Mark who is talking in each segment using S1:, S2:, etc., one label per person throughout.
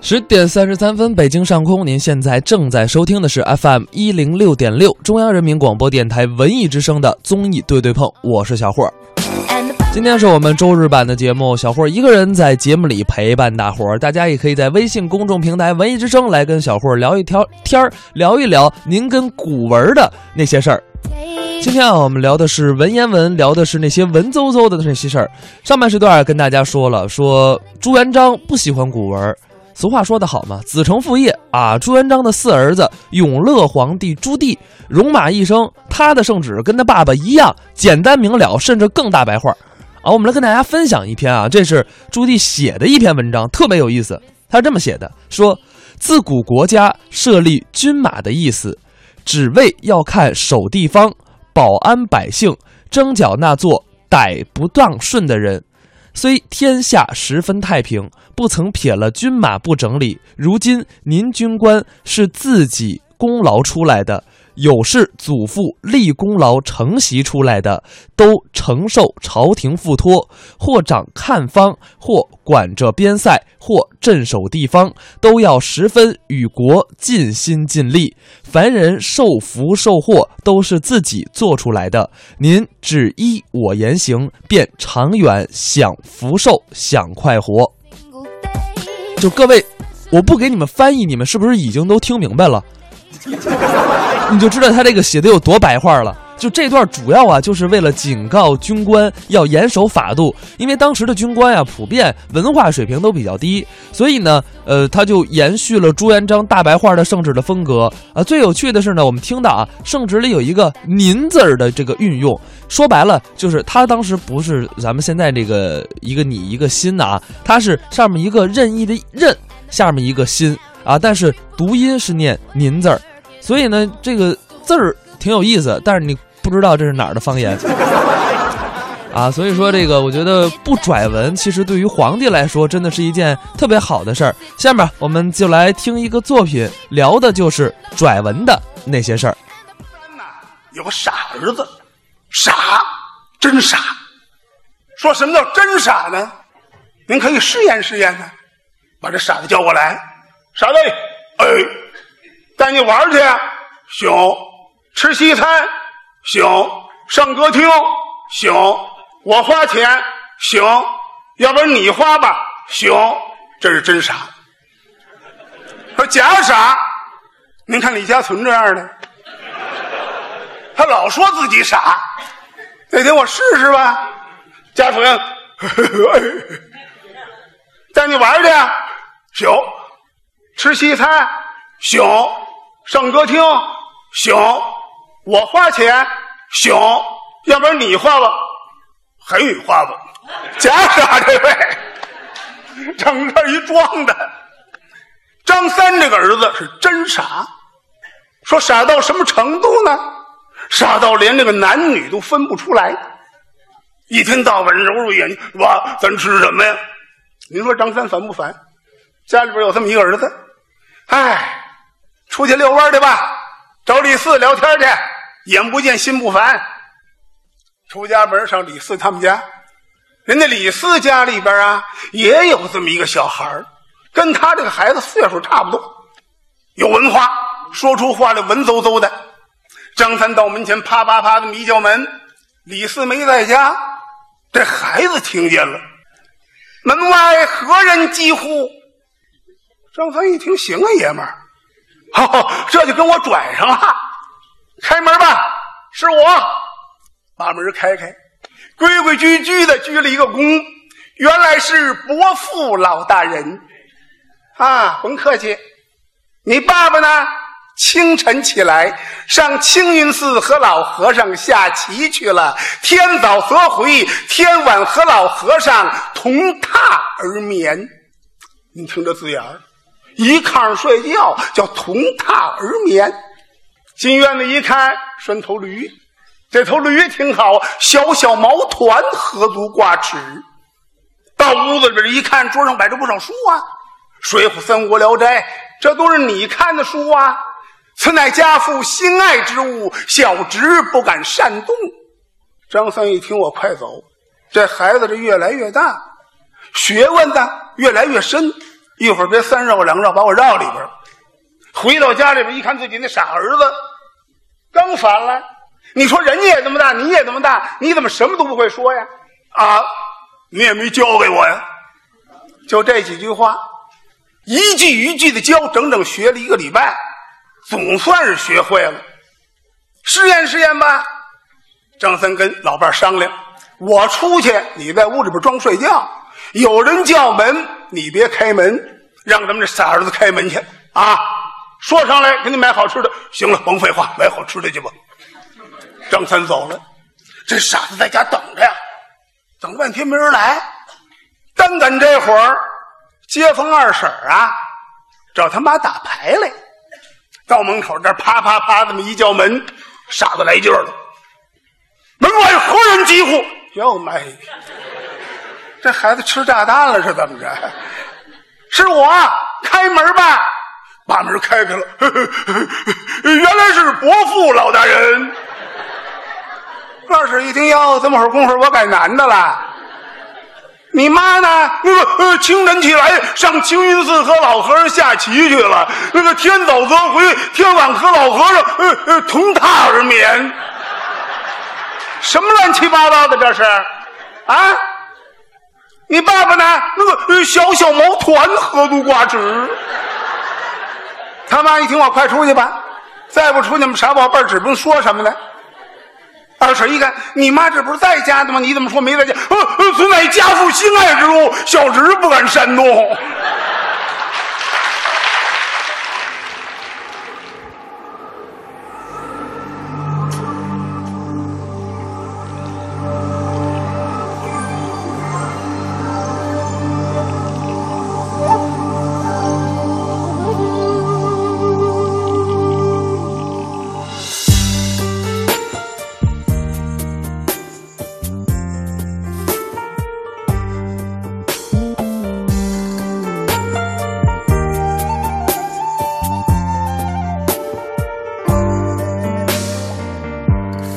S1: 十点三十三分，北京上空，您现在正在收听的是 FM 一零六点六，中央人民广播电台文艺之声的综艺对对碰，我是小霍儿。今天是我们周日版的节目，小霍儿一个人在节目里陪伴大伙儿，大家也可以在微信公众平台“文艺之声”来跟小霍儿聊一条天儿，聊一聊您跟古文儿的那些事儿。今天啊，我们聊的是文言文，聊的是那些文绉绉的那些事儿。上半时段儿跟大家说了，说朱元璋不喜欢古文儿。俗话说得好嘛，子承父业啊！朱元璋的四儿子永乐皇帝朱棣戎马一生，他的圣旨跟他爸爸一样简单明了，甚至更大白话儿。啊，我们来跟大家分享一篇啊，这是朱棣写的一篇文章，特别有意思。他是这么写的：说自古国家设立军马的意思，只为要看守地方、保安百姓、征剿那做逮不当顺的人。虽天下十分太平，不曾撇了军马不整理。如今您军官是自己功劳出来的，有是祖父立功劳承袭出来的，都承受朝廷付托，或掌看方，或管着边塞，或镇守地方，都要十分与国尽心尽力。凡人受福受祸都是自己做出来的，您只依我言行，便长远享福寿，享快活。就各位，我不给你们翻译，你们是不是已经都听明白了？你就知道他这个写的有多白话了。就这段主要啊，就是为了警告军官要严守法度，因为当时的军官啊，普遍文化水平都比较低，所以呢，呃，他就延续了朱元璋大白话的圣旨的风格啊。最有趣的是呢，我们听到啊，圣旨里有一个“您”字儿的这个运用，说白了就是他当时不是咱们现在这个一个你一个心呐、啊，他是上面一个任意的“任”，下面一个“心”啊，但是读音是念“您”字儿。所以呢，这个字儿挺有意思，但是你不知道这是哪儿的方言啊。所以说，这个我觉得不拽文，其实对于皇帝来说，真的是一件特别好的事儿。下面我们就来听一个作品，聊的就是拽文的那些事儿。
S2: 有个傻儿子，傻，真傻。说什么叫真傻呢？您可以试验试验呢，把这傻子叫过来，傻子，哎，带你玩儿去，行；吃西餐，行；上歌厅，行；我花钱，行；要不然你花吧，行。这是真傻。说假傻，您看李嘉存这样的，他老说自己傻。那天我试试吧，家属员，带你玩儿去，行；吃西餐，行；上歌厅，行；我花钱，行；要不然你花吧，还有你花吧，假傻这位，整这一装的。张三这个儿子是真傻。说傻到什么程度呢？傻到连这个男女都分不出来，一天到晚揉揉眼睛，哇，咱吃什么呀？您说张三烦不烦？家里边有这么一个儿子，哎，出去遛弯去吧，找李四聊天去，眼不见心不烦。出家门上李四他们家，人家李四家里边啊也有这么一个小孩儿跟他这个孩子岁数差不多。有文化，说出话来文绉绉的。张三到门前，啪啪啪这么一叫门，李四没在家，这孩子听见了，门外何人疾呼？张三一听，行啊，爷们儿，好、这就跟我拽上了，开门吧，是我，把门开开，规规矩矩的鞠了一个躬，原来是伯父老大人，啊，甭客气。你爸爸呢？清晨起来上青云寺和老和尚下棋去了，天早则回，天晚和老和尚同榻而眠。你听这字眼儿，一炕睡觉叫同榻而眠。进院子一看，拴头驴，这头驴挺好，小小毛团，合足挂齿。到屋子里边一看，桌上摆着不少书啊，《水浒》《三国》《聊斋》，这都是你看的书啊。此乃家父心爱之物，小侄不敢擅动。张三一听我快走，这孩子这越来越大，学问呢越来越深，一会儿别三绕我两绕，把我绕里边儿。回到家里边一看自己那傻儿子，刚反来，你说人家也这么大，你也这么大，你怎么什么都不会说呀？啊，你也没教给我呀？就这几句话，一句一句的教，整整学了一个礼拜，总算是学会了。试验试验吧。张三跟老伴商量，我出去，你在屋里边装睡觉。有人叫门，你别开门，让咱们这傻儿子开门去啊！说上来给你买好吃的。行了，甭废话，买好吃的去吧。张三走了，这傻子在家等着呀，等半天没人来。单赶这会儿，街坊二婶啊找他妈打牌来，到门口这儿啪啪啪这么一叫门，傻子来劲儿了。门外何人疾呼？哟妈！呀！这孩子吃炸弹了是怎么着？是我，开门吧！把门开开了， 呵呵呵原来是伯父老大人。二婶一听，哟，这么会儿功夫我改男的了。你妈呢？那个呃，清晨起来上清云寺和老和尚下棋去了。那个天早则回，天晚和老和尚呃呃同榻而眠。什么乱七八糟的这是？啊！你爸爸呢？那个呃小小毛团何足挂齿。他妈一听我快出去吧，再不出去我们傻宝贝儿指不定说什么呢。二婶一看，你妈这不是在家呢吗？你怎么说没在家？呃，呃此乃家父心爱之物，小侄不敢擅动。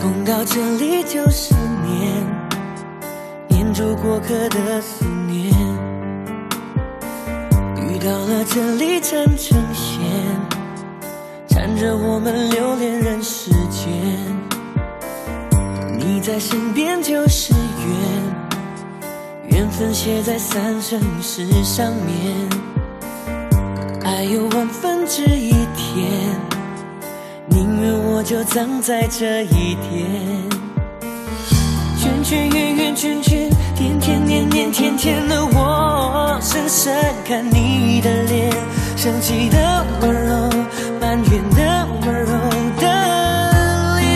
S3: 公告这里就是念，念住过客的思念。遇到了这里缠成线，缠着我们留恋人世间。你在身边就是缘，缘分写在三生石上面。爱有万分之一甜。宁愿我就葬在这一天。圈圈圆圆圈圈，天天年年天天的我，深深看你的脸，想起的温柔，满眼的温柔的脸。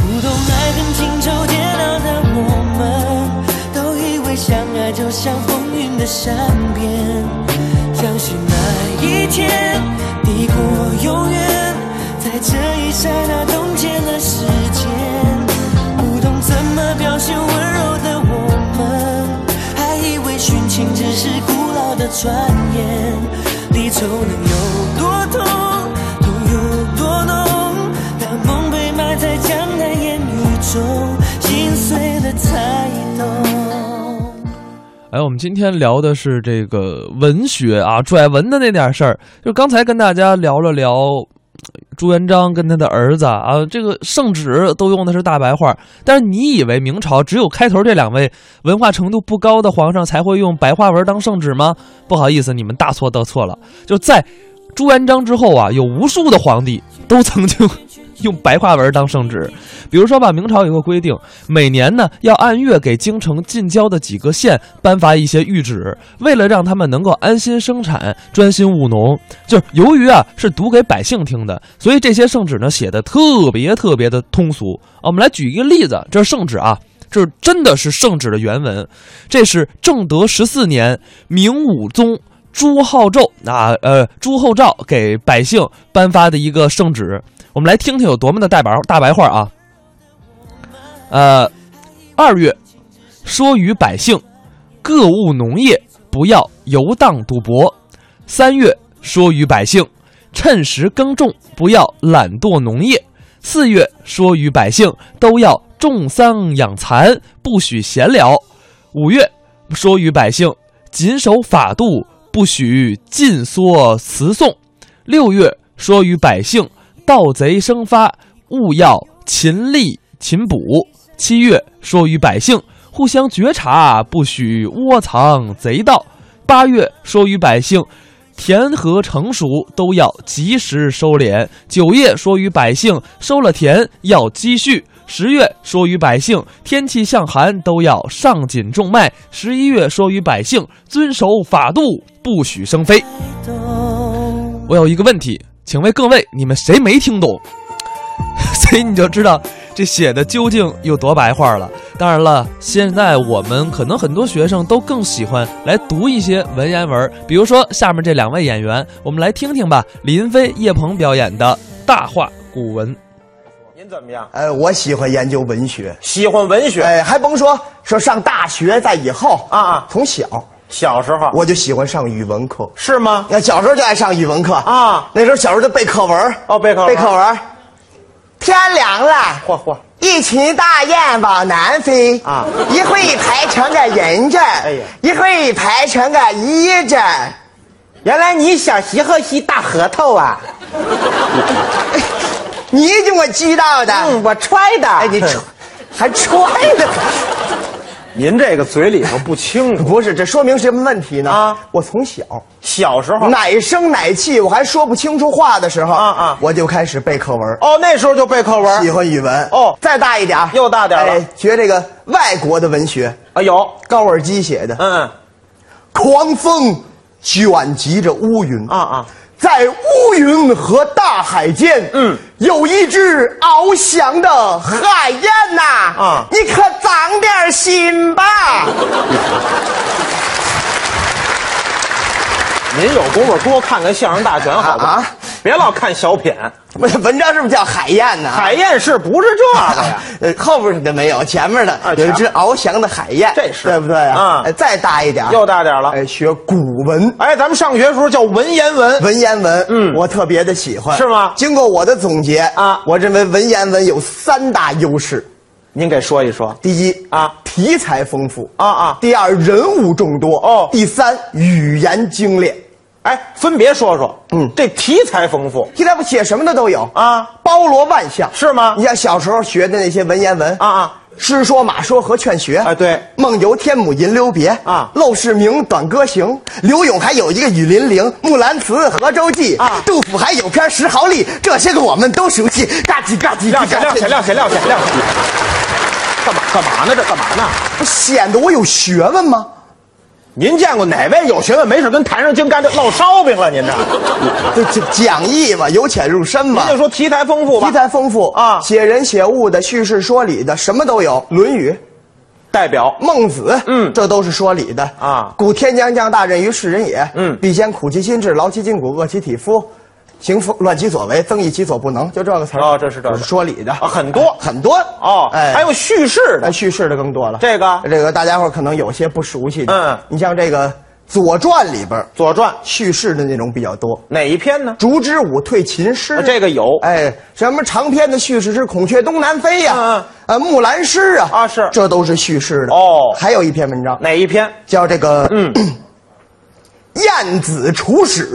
S3: 不懂爱恨情仇煎熬的我们，都以为相爱就像风云的善变，相信那一天抵过永远，在这一刹那冻结了时间。不懂怎么表现温柔的我们，还以为殉情只是古老的传言，离愁能有多痛，痛有多浓？当梦被埋在江南烟雨中，心碎了才懂。
S1: 哎，我们今天聊的是这个文学啊，拽文的那点事儿。就刚才跟大家聊了聊呃朱元璋跟他的儿子啊，这个圣旨都用的是大白话。但是你以为明朝只有开头这两位文化程度不高的皇上才会用白话文当圣旨吗？不好意思，你们大错特错了。就在朱元璋之后啊，有无数的皇帝都曾经用白话文当圣旨。比如说吧，明朝有个规定，每年呢要按月给京城近郊的几个县颁发一些谕旨，为了让他们能够安心生产、专心务农。就是由于啊是读给百姓听的，所以这些圣旨呢写的特别特别的通俗。啊我们来举一个例子，这是圣旨啊。这真的是圣旨的原文，这是正德十四年明武宗朱厚照啊，呃，朱厚照给百姓颁发的一个圣旨。我们来听听有多么的大白大白话啊！呃，二月，说与百姓，各务农业，不要游荡赌博；三月，说与百姓，趁时耕种，不要懒惰农业；四月，说与百姓，都要种桑养蚕，不许闲聊；五月，说与百姓，谨守法度，不许尽缩词颂。六月说与百姓，盗贼生发，勿要勤力勤补。七月说与百姓，互相觉察，不许窝藏贼盗。八月说与百姓，田禾成熟都要及时收敛。九月说与百姓，收了田要积蓄。十月说与百姓，天气向寒都要上紧种麦；十一月说与百姓，遵守法度，不许生非。我有一个问题，请问各位，你们谁没听懂？ 所以你就知道这写的究竟有多白话了。当然了，现在我们可能很多学生都更喜欢来读一些文言文，比如说下面这两位演员，我们来听听吧，林飞、叶鹏表演的《大话古文》。
S4: 您怎么样？
S5: 哎，我喜欢研究文学，
S4: 喜欢文学。
S5: 哎，还甭说说上大学在以后
S4: 啊啊，
S5: 从小
S4: 小时候
S5: 我就喜欢上语文课，
S4: 是吗？
S5: 那小时候就爱上语文课
S4: 啊
S5: 那时候小时候就背课文
S4: 哦背课文
S5: 背课文。天凉了，
S4: 嚯嚯，
S5: 一群大雁往南飞
S4: 啊
S5: 一会一排成个人阵，哎
S4: 呀
S5: 一会一排成个一阵。
S4: 原来你想习和习大核桃啊？
S5: 你给我知道的，
S4: 嗯，我揣的。
S5: 哎，你揣还揣 呢？
S4: 您这个嘴里头不清楚。
S5: 不是，这说明什么问题呢？
S4: 啊
S5: 我从小
S4: 小时候
S5: 奶声奶气，我还说不清楚话的时候，
S4: 哦啊啊
S5: 我就开始背课文，
S4: 哦，那时候就背课文。
S5: 喜欢语文。
S4: 哦
S5: 再大一点儿，
S4: 又大点儿了
S5: 哎，学这个外国的文学，
S4: 啊，有，
S5: 高尔基写的。
S4: 嗯
S5: 狂风卷集着乌云
S4: 啊啊，
S5: 在乌云和大海间，
S4: 嗯，
S5: 有一只翱翔的海燕呐、
S4: 啊
S5: 你可长点心吧。
S4: 您有功夫多看看相声大全， 好吧？
S5: 啊
S4: 别老看小品。
S5: 不是文章是不是叫海燕呢？
S4: 海燕是不是这个呀？
S5: 呃，后边的没有，前面的、
S4: 啊
S5: 有一只翱翔的海燕，
S4: 这是
S5: 对不对啊
S4: 啊？
S5: 哎再大一点儿，
S4: 又大点儿了
S5: 哎，学古文。
S4: 哎，咱们上学的时候叫文言文。
S5: 文言文，
S4: 嗯
S5: 我特别的喜欢，
S4: 是吗
S5: 经过我的总结
S4: 啊
S5: 我认为文言文有三大优势：
S4: 您给说一说。
S5: 第一
S4: 啊
S5: 题材丰富
S4: 啊啊
S5: 第二，人物众多
S4: 哦
S5: 第三，语言精炼。
S4: 哎，分别说说。
S5: 嗯
S4: 这题材丰富
S5: 题材不写什么的都有
S4: 啊，
S5: 包罗万象，
S4: 是吗
S5: 你像小时候学的那些文言文
S4: 啊啊，
S5: 诗说、马说和劝学
S4: 啊对
S5: 梦游天姥吟留别
S4: 啊
S5: 陋室铭短歌行，柳永还有一个雨霖铃，木兰辞河州记
S4: 啊
S5: 杜甫还有篇石壕吏，这些个我们都熟悉。嘎叽嘎叽，
S4: 亮起亮起亮起亮起亮起。干嘛干嘛呢？这干嘛呢？
S5: 不显得我有学问吗？
S4: 您见过哪位有学问没事跟坛上精干就烙烧饼了？您这，
S5: 这这讲义嘛，由浅入深嘛
S4: 您。就说题材丰富吧，
S5: 啊题材丰富
S4: 啊
S5: 写人写物的、叙事说理的，什么都有，《论语》
S4: 代表
S5: 孟子，
S4: 嗯
S5: 这都是说理的
S4: 啊
S5: 古天将降大任于世人也，
S4: 嗯
S5: 必先苦其心志，劳其筋骨，饿其体肤，行夫乱其所为，增益其所不能，就这个词儿
S4: 哦这是这是
S5: 就是说理的哎
S4: 啊很多
S5: 很多
S4: 哦，
S5: 哎
S4: 还有叙事
S5: 那
S4: 的，
S5: 叙事的更多了。
S4: 这个
S5: 这个大家伙儿可能有些不熟悉的，
S4: 嗯
S5: 你像这个《左传》里边儿
S4: 《左传》
S5: 叙事的内容比较多，
S4: 哪一篇呢？
S5: 竹之武退秦师、
S4: 啊这个有
S5: 哎，什么长篇的叙事诗《孔雀东南飞》呀、
S4: 嗯嗯
S5: 呃，木兰诗啊，
S4: 啊是
S5: 这都是叙事的
S4: 哦
S5: 还有一篇文章
S4: 哪一篇？
S5: 叫这个嗯，燕子楚使，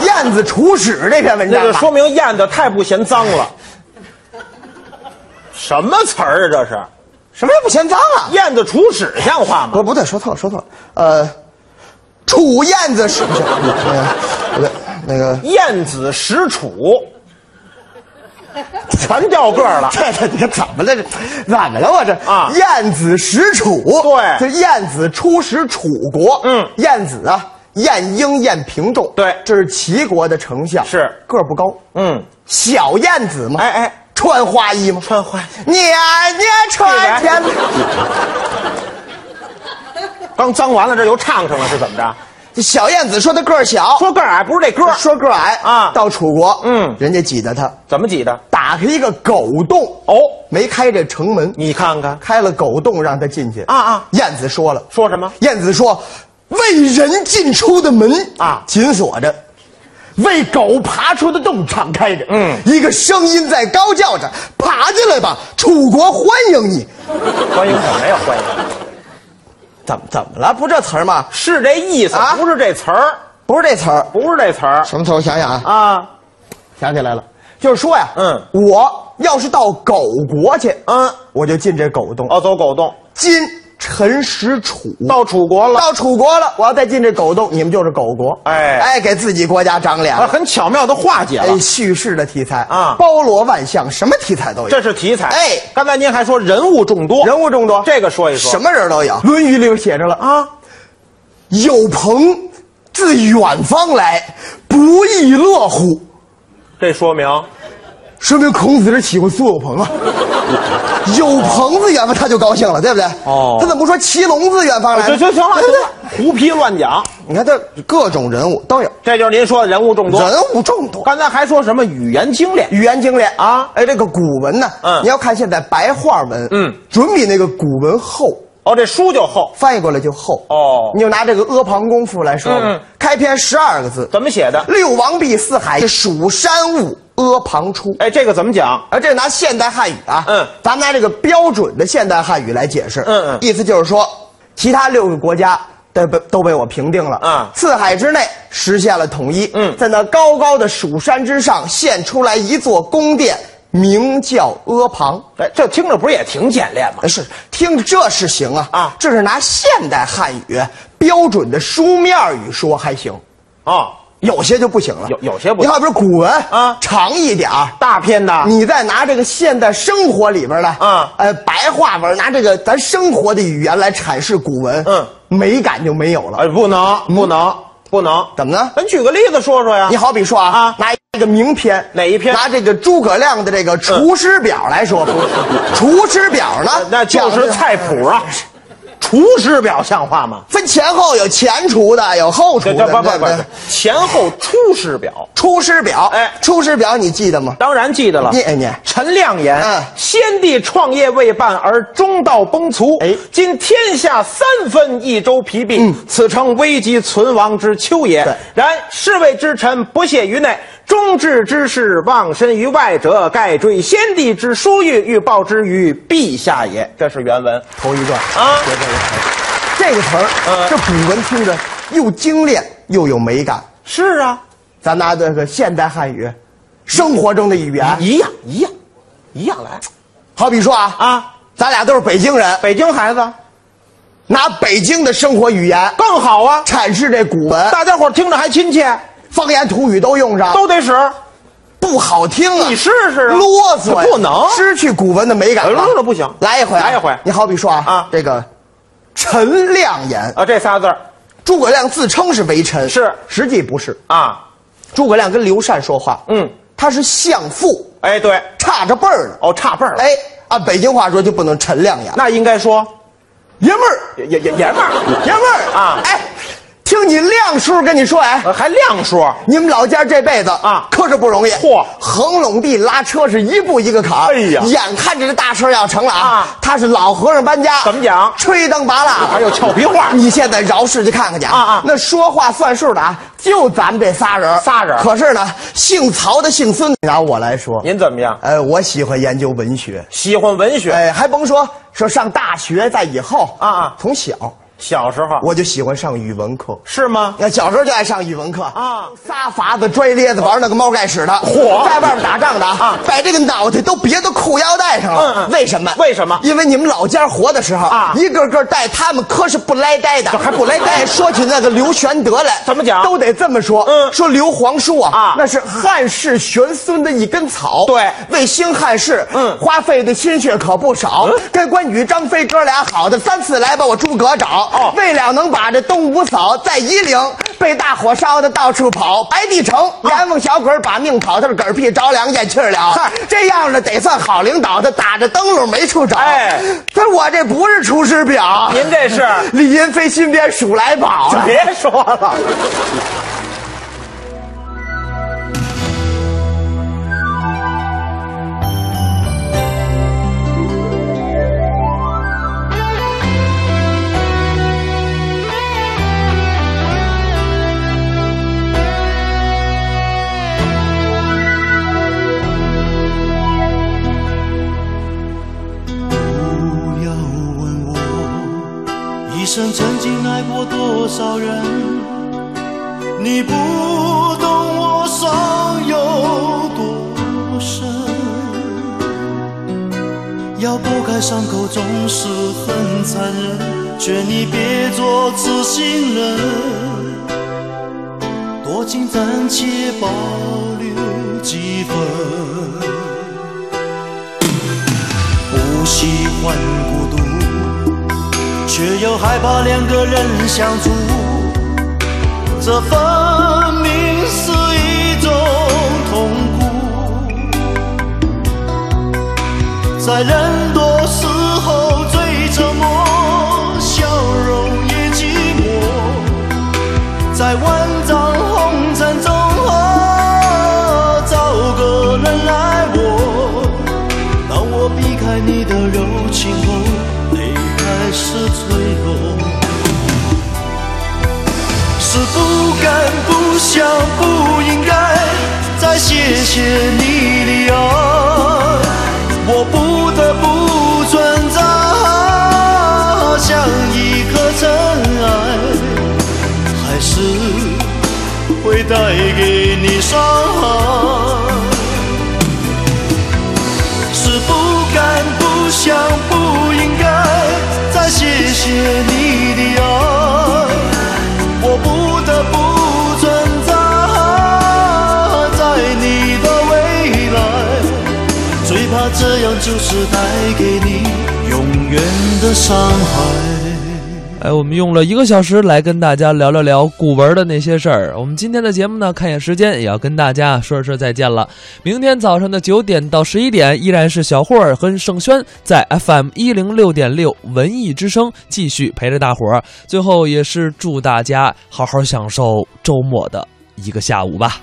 S5: 燕子楚使这篇文章
S4: 那就
S5: 吧
S4: 说明燕子太不嫌脏了。什么词儿啊？这是
S5: 什么也不嫌脏啊？
S4: 燕子出屎像话吗？
S5: 不不对，说错了，说错了，呃，楚燕子使，那个那个。
S4: 燕子使楚，全掉个 儿了。
S5: 这这这怎么了？这怎么了？我这
S4: 啊
S5: 燕子使楚，
S4: 对
S5: 这燕子出使楚国。
S4: 嗯
S5: 燕子啊，燕鹰、燕平仲，
S4: 对
S5: 这是齐国的丞相，
S4: 是
S5: 个儿不高，
S4: 嗯，
S5: 小燕子嘛，
S4: 哎哎，
S5: 穿花衣嘛，
S4: 穿花衣
S5: 你啊，你穿 天，
S4: 刚脏完了，这又唱上了，是怎么着？
S5: 这小燕子说她个儿小，
S4: 说个儿啊矮不是这个儿，
S5: 说个儿矮
S4: 啊
S5: 到楚国，
S4: 嗯
S5: 人家挤得他，
S4: 怎么挤的？
S5: 打开一个狗洞，
S4: 哦，
S5: 没开这城门，
S4: 你看看，
S5: 开了狗洞让他进去
S4: 啊啊
S5: 燕子说了。
S4: 说什么？
S5: 燕子说：“为人进出的门
S4: 啊
S5: 紧锁着；为狗爬出的洞敞开着。”
S4: 嗯
S5: 一个声音在高叫着：“爬进来吧，楚国欢迎你
S4: 欢迎什么呀？欢迎！
S5: 怎么怎么了？不这词儿吗？
S4: 是这意思，
S5: 啊
S4: 不是这词儿，
S5: 不是这词儿，
S4: 不是这词儿
S5: 什么词儿？我想想啊，
S4: 啊。
S5: 想起来了，就是说呀，
S4: 嗯
S5: 我要是到狗国去，
S4: 嗯，
S5: 我就进这狗洞。
S4: 哦，走狗洞，
S5: 今陈实楚
S4: 到楚国了。
S5: 到楚国了，我要再进这狗洞，你们就是狗国。
S4: 哎
S5: 哎，给自己国家长脸
S4: 啊，
S5: 了。
S4: 很巧妙的化解了
S5: 哎，，叙事的题材
S4: 啊
S5: 包罗万象，什么题材都有。
S4: 这是题材。
S5: 哎
S4: 刚才您还说人物众多，
S5: 人物众多，
S4: 这个说一说
S5: 什么人都有，《论语》里边写着了啊，有朋自远方来，不亦乐乎。
S4: 这说明
S5: 说明孔子是喜欢苏有朋 啊，有朋自远方他就高兴了，对不对？
S4: 哦
S5: 他怎么不说骑龙自远方来呢？
S4: 行行行了，
S5: 哎
S4: 啊
S5: 对
S4: 行
S5: 不对
S4: 了，胡批乱讲，
S5: 你看这各种人物都有，
S4: 这就是您说的人物众多。
S5: 人物众多。
S4: 刚才还说什么语言精炼？
S5: 语言精炼
S4: 啊
S5: 哎，这个古文呢，
S4: 嗯
S5: 你要看现在白话文，
S4: 嗯，
S5: 准比那个古文厚，
S4: 哦，这书就厚，
S5: 翻译过来就厚。
S4: 哦
S5: 你就拿这个阿房宫赋来说吧，
S4: 嗯嗯
S5: 开篇十二个字，
S4: 怎么写的？
S5: 六王毕四海，蜀山兀，阿房出。
S4: 哎，这个怎么讲？
S5: 而这拿现代汉语啊，
S4: 嗯
S5: 咱们拿这个标准的现代汉语来解释，
S4: 嗯嗯
S5: 意思就是说，其他六个国家都被都被我平定了，
S4: 嗯
S5: 四海之内实现了统一，
S4: 嗯
S5: 在那高高的蜀山之上现出来一座宫殿，名叫阿房。
S4: 哎，这听着不是也挺简练吗？
S5: 是，听着这是行啊
S4: 啊
S5: 这是拿现代汉语标准的书面语说还行，
S4: 啊，
S5: 有些就不行了，
S4: 有有些不
S5: 你
S4: 行
S5: 好比如古文
S4: 啊
S5: 长一点儿，
S4: 大片的，
S5: 你再拿这个现代生活里边的
S4: 啊
S5: 呃，白话文，拿这个咱生活的语言来阐释古文，
S4: 嗯，
S5: 美感就没有了。嗯
S4: 哎，不能，不能，不能，
S5: 怎么呢？
S4: 咱举个例子说说呀。
S5: 你，好比说啊，
S4: 啊
S5: 拿一个名篇，
S4: 哪一篇嗯
S5: 拿这个诸葛亮的这个《厨师表》来说，厨师表》呢，
S4: 那就
S5: 讲
S4: 是
S5: 的
S4: 菜谱啊。厨师表像话吗？
S5: 分前后有前厨的，有后厨
S4: 这
S5: 的
S4: 这，不
S5: 对
S4: 不
S5: 不
S4: 不
S5: 对？
S4: 前后出师表，
S5: 出师表》
S4: 哎
S5: 出师表》你记得吗？
S4: 当然记得了。
S5: 念念
S4: 陈亮言：“
S5: 嗯
S4: 先帝创业未半而中道崩殂，
S5: 哎
S4: 今天下三分，益州疲弊，此诚危急存亡之秋也
S5: 对。
S4: 然士谓之臣不懈于内，忠志之士忘身于外者，盖追先帝之殊遇，欲报之于陛下也。”这是原文
S5: 头一段
S4: 啊
S5: 学这个词儿这个词儿，
S4: 嗯
S5: 这古文听着又精炼又有美感。
S4: 是啊，
S5: 咱拿这个现代汉语，生活中的语言，
S4: 哎一样一样一样来
S5: 好比说啊
S4: 啊！
S5: 咱俩都是北京人，
S4: 北京孩子
S5: 拿北京的生活语言
S4: 更好啊，
S5: 阐释这古文，
S4: 大家伙听着还亲切，
S5: 方言土语都用上，
S4: 都得使。
S5: 不好听啊！
S4: 你试试啊
S5: 啰嗦呀，
S4: 不能
S5: 失去古文的美感了
S4: 哎，那不行
S5: 来一回啊，
S4: 来一回
S5: 你好比说啊
S4: 啊
S5: 这个陈亮言，
S4: 啊，这仨字儿
S5: 诸葛亮自称是为臣，
S4: 是
S5: 实际不是。
S4: 啊。
S5: 诸葛亮跟刘禅说话，
S4: 嗯，
S5: 他是相父，
S4: 哎，对，
S5: 差着辈儿呢。
S4: 哦，差辈儿了，
S5: 哎，按北京话说就不能陈亮言。
S4: 那应该说
S5: 爷们儿，
S4: 爷爷爷们 儿，
S5: 爷们儿
S4: 啊
S5: 哎，听你亮叔跟你说，哎，
S4: 呃还亮说，
S5: 你们老家这辈子
S4: 啊
S5: 可是不容易。
S4: 嚯
S5: 横垄地拉车是一步一个坎儿。
S4: 哎呀
S5: 眼看着这大事儿要成了啊
S4: 啊，
S5: 他是老和尚搬家，
S4: 怎么讲
S5: 吹灯拔蜡，
S4: 还有俏皮话
S5: 你现在饶市去看看去
S4: 啊啊
S5: 那说话算数的啊，就咱们这仨人儿，
S4: 仨人儿
S5: 可是呢，姓曹的、姓孙的，拿我来说，
S4: 您怎么样？
S5: 哎，我喜欢研究文学。
S4: 喜欢文学？
S5: 哎，还甭说说上大学，在以后
S4: 啊啊
S5: 从小
S4: 小时候
S5: 我就喜欢上语文课。
S4: 是吗？
S5: 那小时候就爱上语文课
S4: 啊
S5: 仨法子拽咧子玩那个猫盖屎的，
S4: 嚯
S5: 在外边打仗的啊
S4: 啊，
S5: 把这个脑袋都别到裤腰带上了。
S4: 嗯嗯
S5: 为什么？
S4: 为什么
S5: 因为你们老家活的时候
S4: 啊
S5: 一个个带他们可是不赖呆的，还不赖呆。说起那个刘玄德来，
S4: 怎么讲
S5: 都得这么说。
S4: 嗯
S5: 说刘皇叔啊，
S4: 啊哦
S5: 那是汉室玄孙的一根草。
S4: 对
S5: 为兴汉室，
S4: 嗯
S5: 花费的心血可不少。跟关羽、张飞哥俩好的三次来把我诸葛找。
S4: 哦
S5: 为了能把这东吴嫂在夷陵被大火烧的到处跑，白帝城
S4: 哦
S5: 阎王小鬼儿把命跑，他是嗝屁着凉咽气儿了。这样的得算好领导，他打着灯笼没处找。
S4: 哎，
S5: 他说我这不是《出师表》，
S4: 您这是
S5: 李云飞新编《数来宝》啊。
S4: 别说 了，
S6: 不要问我一生曾经爱过多少人？你不懂我伤有多深。要剥开伤口总是很残忍，劝你别做痴心人，多情暂且保留几分。不喜欢孤独，却又害怕两个人相处，这分明是一种痛苦。在人多时候最沉默，笑容也寂寞，在万丈红尘中和找个人爱我。当我避开你的柔情后，泪开始坠落。是不敢、不想、不应该再谢谢你的爱，我不得不存在，像一颗尘埃，还是会带给你伤害。是不敢、不想、不应该再谢谢你的爱，我不得不存在在你的未来，最怕这样就是带给你永远的伤害。
S1: 哎，我们用了一个小时来跟大家聊聊聊古文的那些事儿。我们今天的节目呢，看一眼时间，也要跟大家说一说再见了。明天早上的九点到十一点，依然是小霍儿跟盛轩在 FM 一零六点六文艺之声继续陪着大伙儿。最后也是祝大家好好享受周末的一个下午吧。